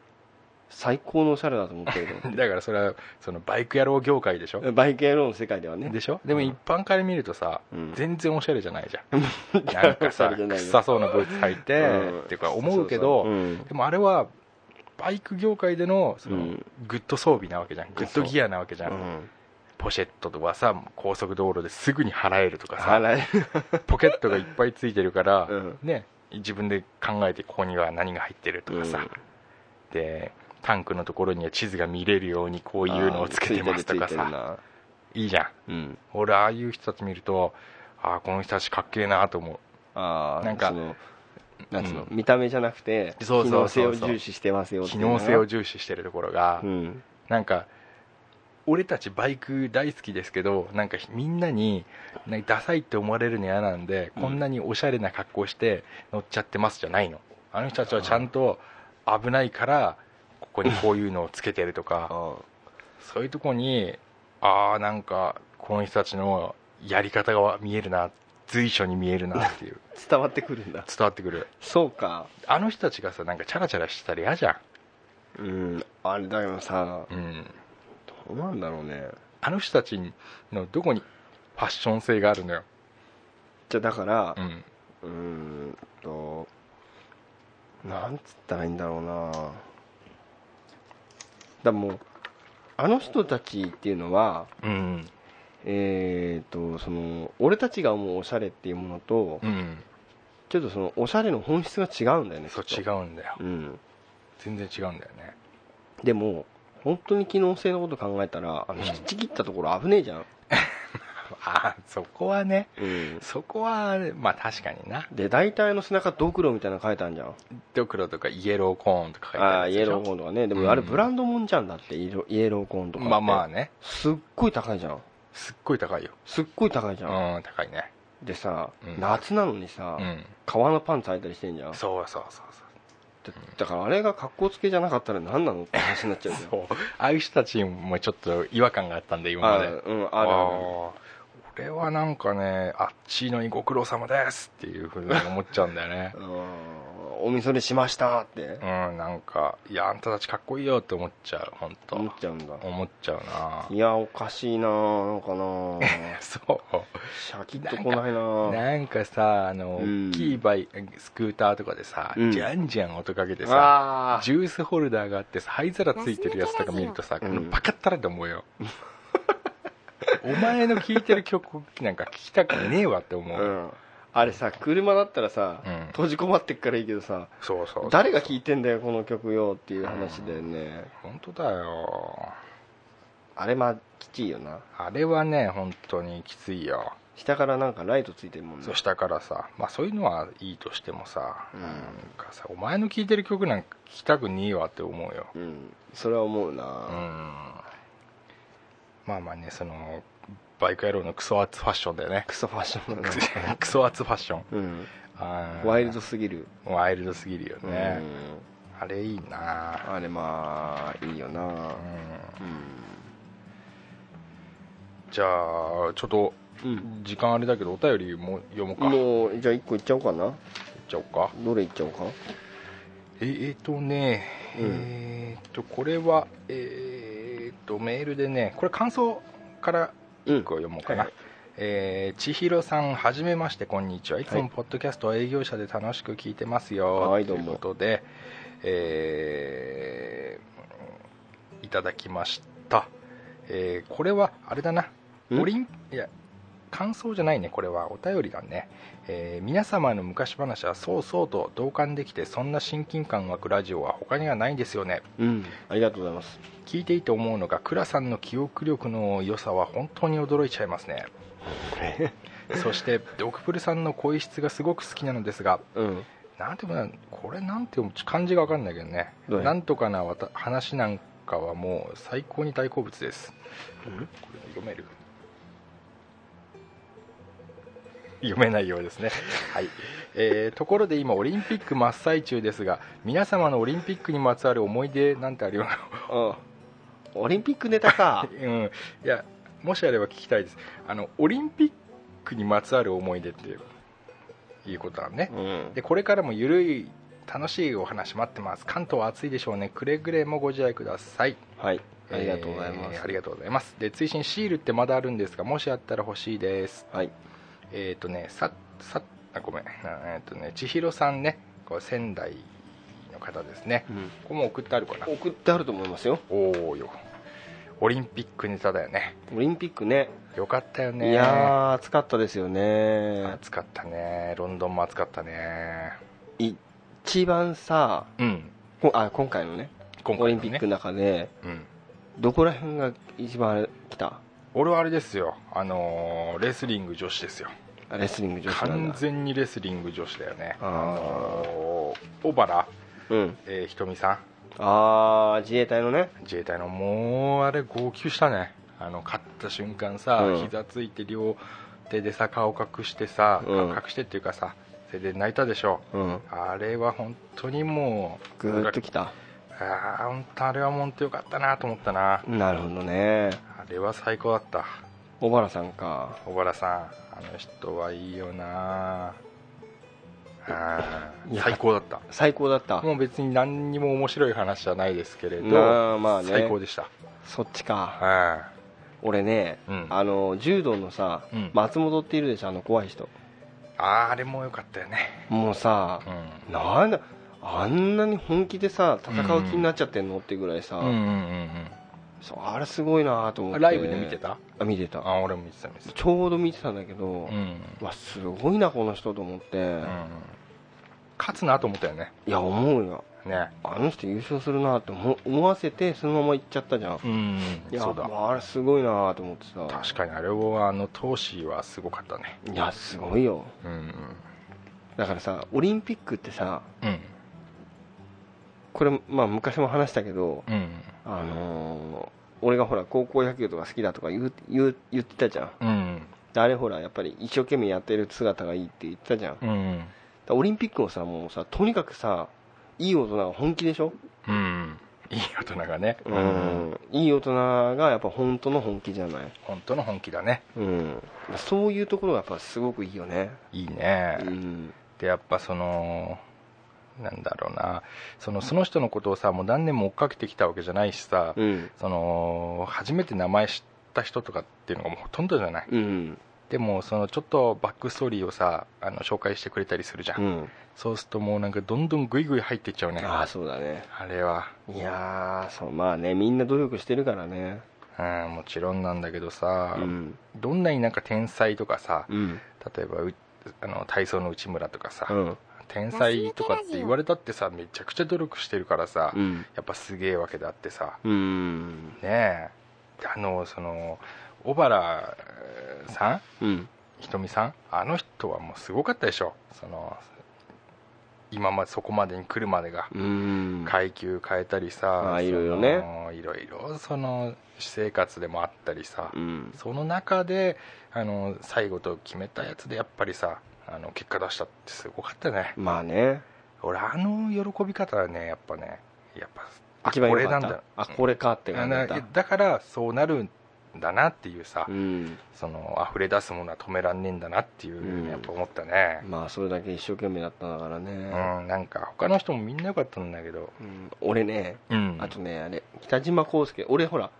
S4: 最高のおしゃれだと思ってる
S3: んだからそれはそのバイク野郎業 界でしょ
S4: の バイク野郎の世界ではね
S3: でしょでも
S4: うん
S3: 一般から見るとさ、
S4: うん
S3: 全然おしゃれじゃないじゃんなんか
S4: おしゃれ
S3: さ
S4: じゃないよ
S3: 臭そうなブーツ履いて、
S4: うん
S3: っていうか思うけど
S4: そうそううん
S3: でもあれはバイク業界でのその、
S4: うん
S3: グッド装備なわけじゃんグッドギアなわけじゃん、
S4: うん
S3: ポシェットとかさ高速道路ですぐに払えるとかさ
S4: 払え
S3: ポケットがいっぱいついてるから、
S4: うん
S3: ね、自分で考えてここには何が入ってるとかさ、
S4: うん
S3: でタンクのところには地図が見れるようにこういうのをつけてますとかさ
S4: さ
S3: いいじゃん
S4: うん
S3: 俺ああいう人たち見るとああこの人たちかっけえなと思う
S4: ああ
S3: なんか
S4: そのなんつうの、
S3: う
S4: 見た目じゃなくて機
S3: そうそ
S4: 能
S3: う
S4: 性
S3: そ
S4: を
S3: うそう
S4: 重視してますよって
S3: 機
S4: いうの
S3: 能
S4: が
S3: 性を重視してるところが、
S4: うん
S3: なんか俺たちバイク大好きですけどなんかみんなになんかダサいって思われるの嫌なんで、こんなにおしゃれな格好して乗っちゃってますじゃないのあの人たちはちゃんと危ないからここにこういうのをつけてるとか
S4: あ
S3: そういうとこにああなんかこの人たちのやり方が見えるな随所に見えるなっていう
S4: ー伝わってくるんだ
S3: 伝わってくる
S4: そうか
S3: あの人たちがさなんかチャラチャラしてたら嫌じゃ
S4: うんあれだけどさ
S3: ん、うん、
S4: どうなんだろうね
S3: あの人たちのどこにファッション性があるのよ、
S4: じゃあだから
S3: うん
S4: うーんとなんつったらいいんだろうなだからもうあの人たちっていうのは
S3: うん
S4: えー、とその俺たちが思うおしゃれっていうものと、
S3: うん、
S4: ちょっとそのおしゃれの本質が違うんだよね
S3: そう
S4: きっと
S3: 違うんだよ
S4: うん、
S3: 全然違うんだよね
S4: でも本当に機能性のこと考えたらあの
S3: うん
S4: 引きちぎったところ危ねえじゃん、
S3: ああそこはね
S4: うん、
S3: そこはまあ確かにな
S4: で大体の背中ドクロみたいなの書いてあるじゃん
S3: ドクロとかイエローコーンとか書いて
S4: あ
S3: あ
S4: あ
S3: る
S4: イ
S3: やつでし
S4: エロ
S3: ょ
S4: ーコーンとかねでも
S3: うん
S4: あれブランドもんじゃんだってイエロイエローコーンとかって
S3: まあまあね
S4: すっごい高いじゃん
S3: すっごい高いよ
S4: すっごい高いじ
S3: う
S4: ゃん、
S3: ん高いね
S4: でさ、
S3: うん
S4: 夏なのにさ、
S3: うん
S4: 革のパンツ履いたりしてんじゃん
S3: そうそうそうそ
S4: だだからあれが格好つけじゃなかったら何なのって話になっちゃうじゃん
S3: う そうああいう人たちもちょっと違和感があったんで今
S4: あ
S3: まで
S4: ーうん
S3: あ
S4: あるある
S3: ー俺は なんかねあっちのにご苦労様ですっていうふうに思っちゃうんだよね
S4: うんおみそれしましたって
S3: うんなんかいやあんたたちかっこいいよって思っちゃう本当
S4: 思っちゃうんだ
S3: 思っちゃうない
S4: やおかしいななんかな
S3: そ
S4: シャキッとこないな
S3: うなんかさあの、
S4: うん
S3: 大きいバイスクーターとかでさ、
S4: うん
S3: じゃんじゃん音かけてさ
S4: あ
S3: ジュースホルダーがあってさ灰皿ついてるやつとか見るとさ、
S4: う
S3: こ
S4: ん
S3: のバカったらって思うよお前の聴いてる曲なんか聴きたくねえわって思
S4: あ
S3: う、
S4: うんあれさ車だったらさ、
S3: うん
S4: 閉じこまってっからいいけどさ
S3: そうそうそう
S4: 誰が聴いてんだよこの曲よっていう話だよね、
S3: 本当だよ
S4: あれまあきちいよな
S3: あれはね本当にきついよ
S4: 下からなんかライトついてるもんね
S3: そう下からさまあそういうのはいいとしてもさ、
S4: うん
S3: なんかさお前の聴いてる曲なんか聴きたくねえわって思うよ
S4: うんそれは思う
S3: うん
S4: な、
S3: まあまあねそのバイク野郎のクソアツファッションだよね
S4: クソファッションだな
S3: クソアツファッション
S4: うん
S3: あー
S4: ワイルドすぎる、
S3: ワイルドすぎるよ
S4: うん
S3: ね、あれいいな
S4: あれまあいいよな、
S3: うん
S4: う
S3: じゃあちょっと
S4: ん
S3: 時間あれだけどお便りも読もうかいっ
S4: もうじゃあ1個いっちゃおうかな
S3: ちゃおうか
S4: どれいっちゃおうか
S3: えー、とね、
S4: うん
S3: えー、とこれはえー、とメールでねこれ感想から
S4: う
S3: 一個読もうか
S4: は、
S3: ないえー、千尋さんはじめましてこんにちはいつ
S4: は
S3: も
S4: い
S3: ポッドキャストは営業者で楽しく聞いてますよ、
S4: はい
S3: と
S4: どう
S3: いう
S4: も
S3: ことで、えーいただきました、えーこれはあれだなんオリンいや感想じゃないねこれはお便りだね、えー皆様の昔話はそうそうと同感できてそんな親近感湧くラジオは他にはないんですよね
S4: うんありがとうございます
S3: 聞いていて思うのが倉さんの記憶力の良さは本当に驚いちゃいますねそしてドクプルさんの声質がすごく好きなのですが
S4: うん
S3: なんて読むんだこれなんて読む漢字が分かんないけどね
S4: どれ
S3: なんとかなわた話なんかはもう最高に大好物です
S4: うん
S3: これ読める読めないようです ね、はいえーところで今オリンピック真っ最中ですが皆様のオリンピックにまつわる思い出なんてあります
S4: あオリンピックネタ か
S3: うん、いやもしあれば聞きたいですあのオリンピックにまつわる思い出っていういうことはね
S4: うん
S3: でこれからもゆるい楽しいお話待ってます関東は暑いでしょうねくれぐれもご自愛ください
S4: はいありがとうございます、
S3: えーありがとうございますで追伸シールってまだあるんですがもしあったら欲しいです
S4: はい
S3: えっ、とねささあごめんなえっ、とね千尋さんねこう仙台の方ですねここも送ってあるかな
S4: 送ってあると思いますよ
S3: おおよオリンピックネタだよね
S4: オリンピックね
S3: よかったよね
S4: いやー暑かったですよね
S3: 暑かったねロンドンも暑かったね
S4: 一番さ
S3: うん
S4: こあ今回のね
S3: 今回のね
S4: オリンピックの中で
S3: うん
S4: どこら辺が一番あれ来た
S3: 俺はあれですよあのーレスリング女子ですよ
S4: あレスリング女子なん
S3: 完
S4: だ
S3: 全にレスリング女子だよね
S4: あー
S3: のー小原、
S4: うん
S3: えーひとみさ
S4: ああ自衛隊のね
S3: ん自衛隊のもうあれ号泣したねあの勝った瞬間さ、
S4: うん
S3: 膝ついて両手でさ顔隠してさ、
S4: うん
S3: 隠してっていうかさそれで泣いたでしょ
S4: うん
S3: あれは本当にもう
S4: ぐーっと来た
S3: ああ本当あれは本当よかったなと思ったな
S4: なるほどね
S3: あれは最高だった
S4: 小原さんか
S3: 小原さんあの人はいいよなあー
S4: いや
S3: 最高だった
S4: 最高だった
S3: もう別に何にも面白い話じゃないですけれど、
S4: なあまあね
S3: 最高でした
S4: そっちか
S3: あ
S4: 俺ね、
S3: うん
S4: あの柔道のさ、
S3: うん
S4: 松本っているでしょあの怖い人
S3: あーあれも良かったよね
S4: もうさ
S3: う、ん
S4: なんだあんなに本気でさ戦う気になっちゃってんのってぐらいさ、
S3: うんうん
S4: そうあれすごいなと
S3: うん
S4: 思
S3: う
S4: って
S3: んライブで見てた
S4: あ見てた
S3: あ俺も見てた見てた
S4: ちょうど見てたんだけど、
S3: うん、うん、
S4: わすごいなこの人と思って、
S3: 勝つなと思ったよね
S4: いや思うよ
S3: ね
S4: あの人優勝するなって思思わせてそのまま行っちゃったじゃん、
S3: うん
S4: いや
S3: そうだ
S4: もうあれすごいなと思ってさ
S3: 確かにあれはあの闘志はすごかったね
S4: いやすごいよ
S3: うん
S4: だからさオリンピックってさ
S3: うんうん
S4: これ、まあ、昔も話したけど、
S3: うん
S4: あのー俺がほら高校野球とか好きだとか言う言う言ってたじゃん
S3: うん
S4: であれほらやっぱり一生懸命やってる姿がいいって言ってたじゃんだか
S3: うん
S4: らオリンピックもさもうさとにかくさいい大人が本気でしょ、
S3: うんいい大人がね
S4: うん、いい大人がやっぱ本当の本気じゃない、
S3: 本当の本気だね
S4: うん、そういうところがやっぱすごくいいよね、
S3: いいね、
S4: うん
S3: でやっぱそのなんだろうなそのその人のことをさもう何年も追っかけてきたわけじゃないしさ、
S4: うん
S3: その初めて名前知った人とかっていうのがもうほとんどじゃない、
S4: うん
S3: でもそのちょっとバックストーリーをさあの紹介してくれたりするじゃん、
S4: うん
S3: そうするともうなんかどんどんグイグイ入っていっちゃうね
S4: ああそうだね
S3: あれはい
S4: やーそうまあねみんな努力してるからね
S3: うんもちろんなんだけどさ、
S4: うん
S3: どんなになんか天才とかさ
S4: うん
S3: 例えばうあの体操の内村とかさ、
S4: うん
S3: 天才とかって言われたってさめちゃくちゃ努力してるからさ、
S4: うん
S3: やっぱすげえわけであってさ
S4: うん
S3: ねえあのその小原さん
S4: うん
S3: ひとみさんあの人はもうすごかったでしょその今までそこまでに来るまでが
S4: うん
S3: 階級変えたりさ、
S4: まあ
S3: その
S4: いろいろね
S3: いろいろその私生活でもあったりさ、
S4: うん
S3: その中であの最後と決めたやつでやっぱりさあの結果出したってすごかったね
S4: まあね
S3: 俺あの喜び方はねやっぱねやっぱ
S4: 一番
S3: こ
S4: 良
S3: れ
S4: か
S3: な
S4: っ
S3: んだ
S4: たあこれかって
S3: あ
S4: 感じだ
S3: な
S4: った
S3: だからそうなるんだなっていうさ、
S4: うん
S3: その溢れ出すものは止めらんねえんだなっていう、
S4: うん
S3: やっぱ思ったね
S4: まあそれだけ一生懸命だったんだから
S3: う
S4: ね、
S3: ん、なんか他の人もみんな良かったんだけど
S4: うん俺ね
S3: うん
S4: あとねあれ北島康介俺ほら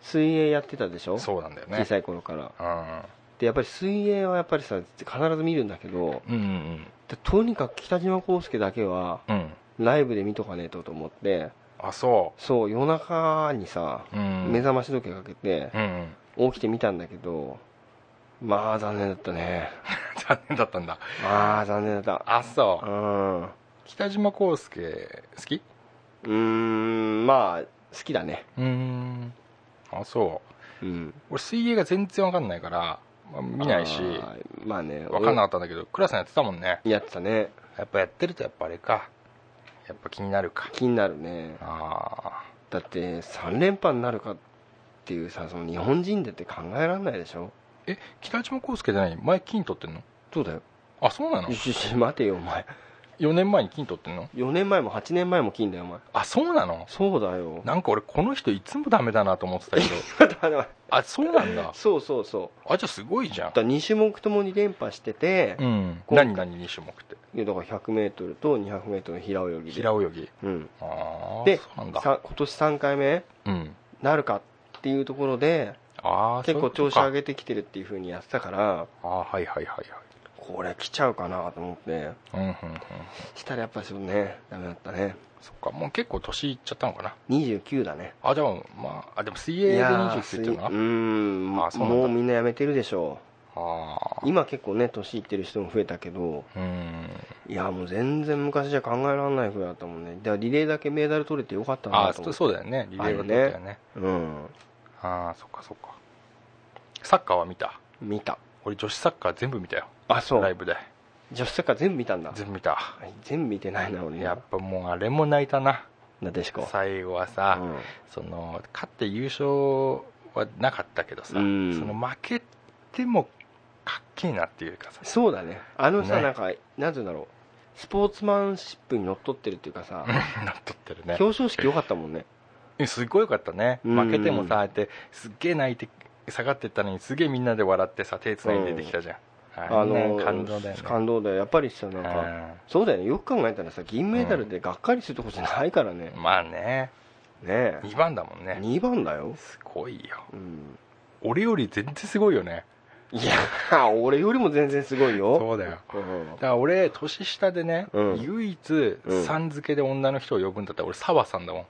S4: 水泳やってたでしょ
S3: そうなんだよね
S4: 小さい頃から
S3: うん
S4: でやっぱり水泳はやっぱりさ必ず見るんだけど
S3: うんうん
S4: でとにかく北島康介だけは
S3: うんうん
S4: ライブで見とかねえとと思って
S3: あそ
S4: そう夜中にさ
S3: ううん
S4: 目覚まし時計かけて
S3: うんうん
S4: 起きてみたんだけどまあ残念だったね
S3: 残念だったんだ
S4: まあ残念だった
S3: あそううん
S4: う
S3: 北島康介好き
S4: ーんまあ好きだね
S3: うーんあそう
S4: うん
S3: 俺水泳が全然わかんないから、まあ見ないし
S4: あーまあね
S3: わかんなかったんだけどクラスやってたもんね
S4: やってたね
S3: やっぱやってるとやっぱあれかやっぱ気になるか
S4: 気になるね
S3: あ
S4: だって3連覇になるかっていうさその日本人でって考えられないでしょ
S3: ーえ北島康介じゃない前金取ってんの
S4: そうだよ
S3: あそうなの
S4: よしよし待てよお前
S3: 4年前に金取ってんの
S4: 4年前も8年前も金だよお前
S3: あそうなの
S4: そうだよ
S3: なんか俺この人いつもダメだなと思ってたけどあそうなんだ
S4: そうそうそう
S3: あじゃあすごいじゃ ん
S4: だ2種目ともに連覇してて
S3: う、ん
S4: こう
S3: 何何2種目って
S4: いやだから 100m と 200m の平泳ぎで
S3: 平泳ぎ
S4: うん、
S3: ああ
S4: で
S3: そうなんだ
S4: さ今年3回目
S3: うん
S4: なるかっていうところで
S3: ああ
S4: 結構調子上
S3: げ
S4: げてきてるっていうふうにやってたから
S3: ああーはいはいはい
S4: これ来ちゃうかなと思って
S3: はいうんうんうん
S4: したらやっぱりそうねダメだったね
S3: そっかもう結構年いっちゃったのかな
S4: 29だね
S3: あでもまああでも水泳で29って
S4: す
S3: 言っ
S4: いう
S3: てるな
S4: ーん
S3: あそうなんだ
S4: もうみんなやめてるでしょ
S3: ああ
S4: 今結構ね年いってる人も増えたけど
S3: うん
S4: いやもう全然昔じゃ考えられないふうだったもんねだからリレーだけメダル取れてよかった
S3: あ
S4: な
S3: あ
S4: と
S3: そう
S4: 思って
S3: そうだよねリレーは取ったよね
S4: うん
S3: ああそっかそっかサッカーは見た
S4: 見た
S3: 俺女子サッカー全部見たよ
S4: あそ
S3: ライ
S4: う
S3: ブで
S4: 女子サッカー全部見たんだ
S3: 全部見た
S4: 全部見てないな俺
S3: や
S4: な
S3: っぱもうあれも泣いたな
S4: なでしこ
S3: 最後はさ、その勝って優勝はなかったけどさ、
S4: うん
S3: その負けてもかっけえなっていうかさ
S4: そうだねあのさ、
S3: ね
S4: なんかなんていうんだろうスポーツマンシップにのっとってるっていうかさ
S3: なっとってるね
S4: 表彰式良かったもんね
S3: うんすっごいよかったね
S4: うん
S3: 負けてもさああやってすっげえ泣いて下がってったのにすげえみんなで笑ってさ手つないで出てきたじゃん、
S4: あ
S3: れね
S4: の
S3: 感動だよね
S4: 感動だよやっぱりさなんかそうだよねよく考えたらさ銀メダルでがっかりするとこじゃないからね
S3: うん、まあね
S4: ね
S3: 2番だもん
S4: え
S3: ね
S4: 2番だよ
S3: すごいよ
S4: うん
S3: 俺より全然すごいよね
S4: いや 俺よりも全然すごいよ
S3: そうだよ
S4: うん
S3: だから俺年下でね、
S4: うん
S3: 唯一
S4: うん
S3: さん付けで女の人を呼ぶんだったら俺沢さん だもん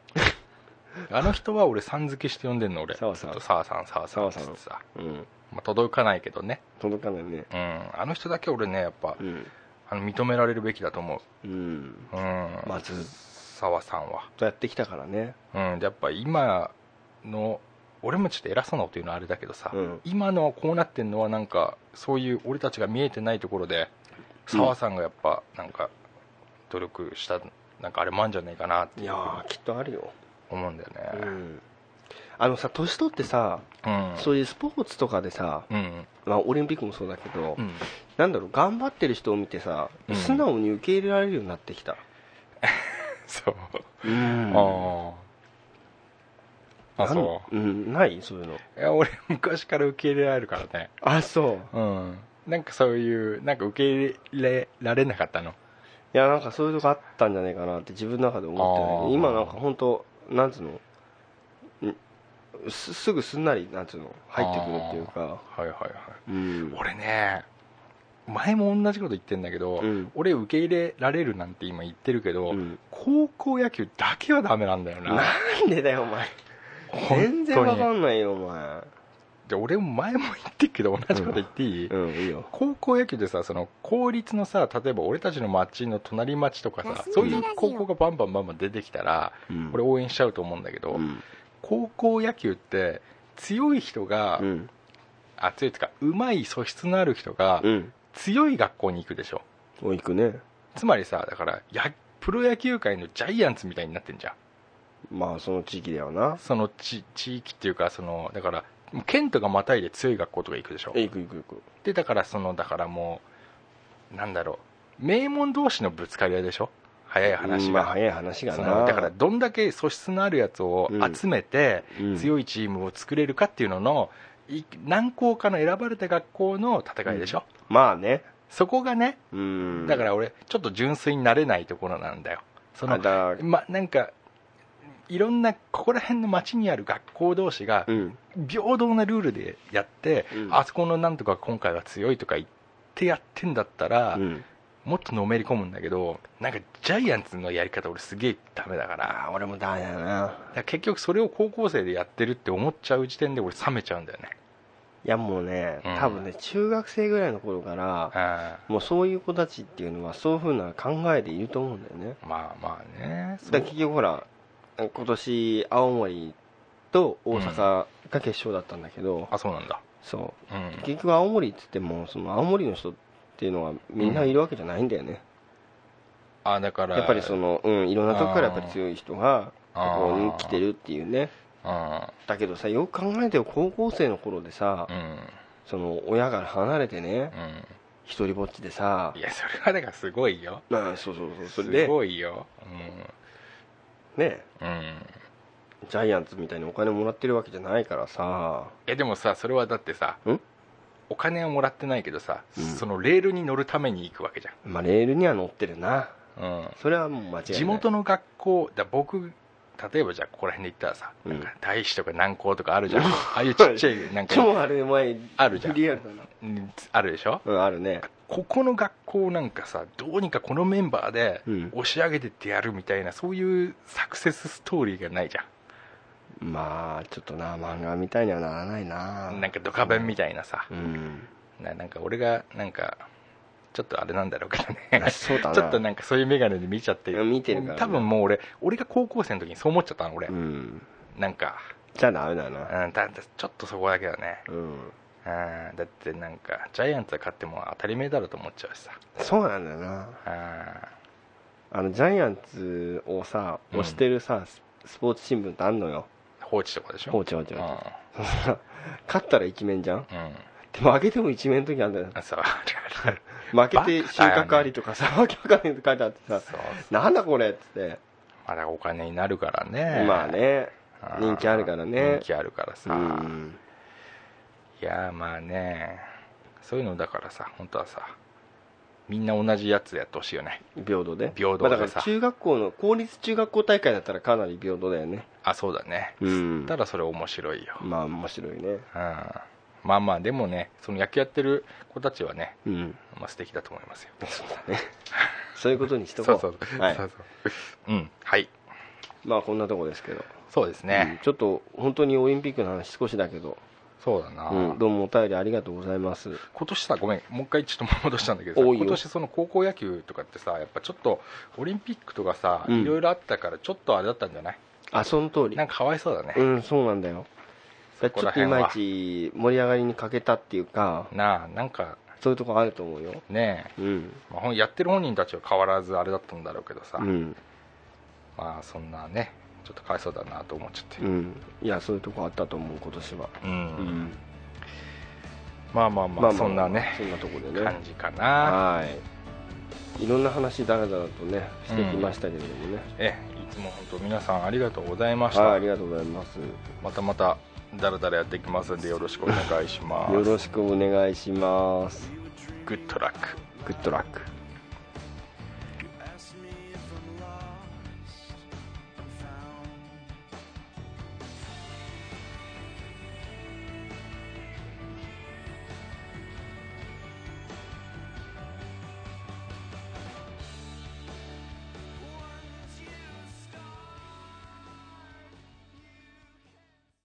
S3: あの人は俺さん付けして呼んでんの俺
S4: 沢さん
S3: ちょっと沢さん沢さん
S4: 沢さん
S3: つってさ、
S4: うん
S3: まあ、届かないけどね
S4: 届かないね
S3: うんあの人だけ俺ねやっぱ、
S4: うん
S3: あの認められるべきだと思
S4: うん
S3: ううん
S4: まあずっ
S3: 沢さんは
S4: とやってきたからね
S3: うんでやっぱ今の俺もちょっと偉そうなこと言うのはあれだけどさ、
S4: うん
S3: 今のこうなってんのはなんかそういう俺たちが見えてないところで澤さんがやっぱなんか努力したなんかあれもあんじゃないかなって
S4: いやーきっとあるよ
S3: 思うんだよ
S4: う
S3: ね
S4: んあのさ年取ってさ
S3: うん
S4: そういうスポーツとかでさ、
S3: うん
S4: まあ、オリンピックもそうだけど、
S3: うん
S4: なんだろう頑張ってる人を見てさ
S3: うん
S4: 素直に受け入れられるようになってきた、
S3: そう
S4: うん、
S3: あああそう
S4: うん、ないそういうの
S3: ういや俺昔から受け入れられるからね
S4: あそう
S3: うんなんかそういうなんか受け入れられなかったの
S4: いやなんかそういうとこあったんじゃないかなって自分の中で思って
S3: あー
S4: ね今なんか本当なんつうのんすすぐすんなりなんつうの入ってくるっていうか
S3: はいはいはい
S4: うん
S3: 俺ね前も同じこと言ってんだけど、
S4: うん
S3: 俺受け入れられるなんて今言ってるけど、
S4: うん
S3: 高校野球だけはダメなんだよな
S4: なんでだよお前
S3: 本当に
S4: 全然わかんないよお前
S3: で俺も前も言ってるけど同じこと言っていい、
S4: うんいいよ
S3: 高校野球でさその公立のさ例えば俺たちの町の隣町とかさ
S1: 休み
S3: そうい
S1: ラ
S3: う
S1: ジオ
S3: 高校がバンバンバンバン出てきたら
S4: うん
S3: 俺応援しちゃうと思うんだけど、
S4: うん
S3: 高校野球って強い人が、
S4: うん
S3: あ強いっていうかうまい素質のある人が
S4: うん
S3: 強い学校に行くでしょ
S4: おいくね
S3: つまりさだからやプロ野球界のジャイアンツみたいになってんじゃん
S4: まあその地域だよな
S3: その地地域っていうかそのだからもう県とかまたいで強い学校とか行くでしょ
S4: えいくいくいく
S3: でだからそのだからもうなんだろう名門同士のぶつかり合いでしょ早い話
S4: うんまあ
S3: が、
S4: 早い話が
S3: そ
S4: な
S3: のだからどんだけ素質のあるやつを集めて、
S4: い
S3: 強いチームを作れるかっていうののい何校かの選ばれた学校の戦いでしょ、
S4: まあね
S3: そこがね
S4: うん
S3: だから俺ちょっと純粋になれないところなんだよそ
S4: あ
S3: の
S4: だ
S3: まなんかいろんなここら辺の町にある学校同士が
S4: うん
S3: 平等なルールでやって、
S4: うん
S3: あそこのなんとか今回は強いとか言ってやってんだったら、
S4: うん
S3: もっとのめり込むんだけどなんかジャイアンツのやり方俺すげえダメだからだか
S4: あー俺もダメだな
S3: ら結局それを高校生でやってるって思っちゃう時点で俺冷めちゃうんだよね
S4: いやもうね、
S3: うん
S4: 多分ね中学生ぐらいの頃から
S3: あ
S4: もうそういう子たちっていうのはそういうふうな考えでいると思うんだよね
S3: まあまあねそう
S4: だから結局ほら今年青森と大阪が決勝だったんだけど、
S3: あそうなんだ
S4: そ
S3: うん
S4: う結局青森っつってもその青森の人っていうのはみんないるわけじゃないんだよね、
S3: あだから
S4: やっぱりその、うん、いろんなとこからやっぱり強い人がこ
S3: あー
S4: こに来てるっていうね
S3: うん
S4: だけどさよく考えてよ高校生の頃でさ、
S3: うん
S4: その親から離れてね
S3: うん
S4: 一人ぼっちでさ
S3: いやそれはだからすごいよ
S4: まあそうそうそうそ
S3: す
S4: れで
S3: ごいよ
S4: ね
S3: うんうん
S4: ジャイアンツみたいにお金もらってるわけじゃないからさ
S3: いやでもさそれはだってさ
S4: ん
S3: お金をもらってないけどさ、
S4: うん
S3: そのレールに乗るために行くわけじ
S4: まあレールには乗ってるな
S3: ゃん、うん、
S4: それはもう間違いない
S3: 地元の学校だ僕例えばじゃあここら辺で行ったらさ、
S4: う
S3: な
S4: ん
S3: んか大使とか南高とかあるじゃんああいうちっちゃいなんか
S4: 超あれ前
S3: あるじゃん
S4: リアルだな
S3: うんあるでしょ
S4: うんあるね
S3: ここの学校なんかさどうにかこのメンバーで
S4: うん
S3: 押し上げてってやるみたいなそういうサクセスストーリーがないじゃん
S4: まあちょっとな漫画みたいにはならないな
S3: なんかドカベンみたいなさ、
S4: うん
S3: ななんか俺がなんかちょっとあれなんだろうけど
S4: あ
S3: ね
S4: そうだな
S3: ちょっとなんかそういう眼鏡で見ちゃって
S4: うん見てるからね
S3: 多分もう俺俺が高校生の時にそう思っちゃったの俺、
S4: うん
S3: なんか、
S4: じゃあダメだな
S3: うん、だだちょっとそこだけだね、
S4: うん
S3: うん、だってなんかジャイアンツが勝っても当たり前だろうと思っちゃうしさ、
S4: そうなんだよな
S3: う
S4: あのジャイアンツをさ
S3: うん
S4: 推してるさススポーツ新聞ってあんのよ
S3: ん、放置とかでしょ
S4: コー
S3: 置
S4: チコーチ
S3: う
S4: コ
S3: ん、
S4: ーチ 勝ったら一面じゃん
S3: うん、
S4: でも負けても一面の時あんだよ
S3: あそう あるある
S4: 負けて収穫ありとかさ、 わけわかんないって書いてあってさ、
S3: そう
S4: なんだこれっつって、
S3: まだお金になるからね
S4: まあね、
S3: うん
S4: 人気あるからね
S3: 人気あるから
S4: う
S3: さ、
S4: ん、
S3: いやーまあねそういうのだからさ本当はさみんな同じやつやってほしいよね
S4: 平等で、
S3: 平等でさ
S4: まあだから中学校の、公立中学校大会だったらかなり平等だよね、
S3: あそうだね
S4: うん
S3: ただそれ面白いよ、うん、
S4: まあ面白いね、
S3: まあまあでもねその野球やってる子たちはね、
S4: うん、
S3: まあ、素敵だと思いますよ
S4: そうだね、そういうことにしと
S3: そ
S4: こ
S3: う
S4: う、
S3: そうそう、
S4: はい
S3: そうそううんはい
S4: まあこんなとこですけど、
S3: そうです
S4: うん
S3: ね、
S4: ちょっと本当にオリンピックの話、少しだけど、
S3: そうだな、
S4: うん、どうもお便りありがとうございます、
S3: 今年さごめんもう一回ちょっと戻したんだけどさ
S4: 多いよ
S3: 今年その高校野球とかってさやっぱちょっとオリンピックとかさ、
S4: うん
S3: いろいろあったからちょっとあれだったんじゃない
S4: あその通り
S3: な、んかかわいそうだね、
S4: うん、そうなんだよ。だからちょっといま
S3: そ
S4: い
S3: こら
S4: ち盛り上がりに欠けたっていうか、
S3: なあなんか
S4: そういうとこあると思うよ。
S3: ねえ
S4: うん。
S3: まあほん、やってる本人たちは変わらずあれだったんだろうけどさ、
S4: うん。
S3: まあそんなねちょっとかわいそうだなと思っちゃって
S4: うん。いや、そういうとこあったと思う、今年は。
S3: うん、
S4: うん。
S3: まあまあまあ、そんな
S4: そ
S3: ね
S4: んなとこでね
S3: 感。じかな、
S4: はい。いろんな話だらだらとね、してきましたけれどもね。
S3: ええいつも本当皆さんありがとうございました、
S4: はい、ありがとうございます。よ
S3: またまただらだらやっていきますんでよろしくお願いします
S4: ろしくお願いします。
S3: グッドラック
S4: グッドラック。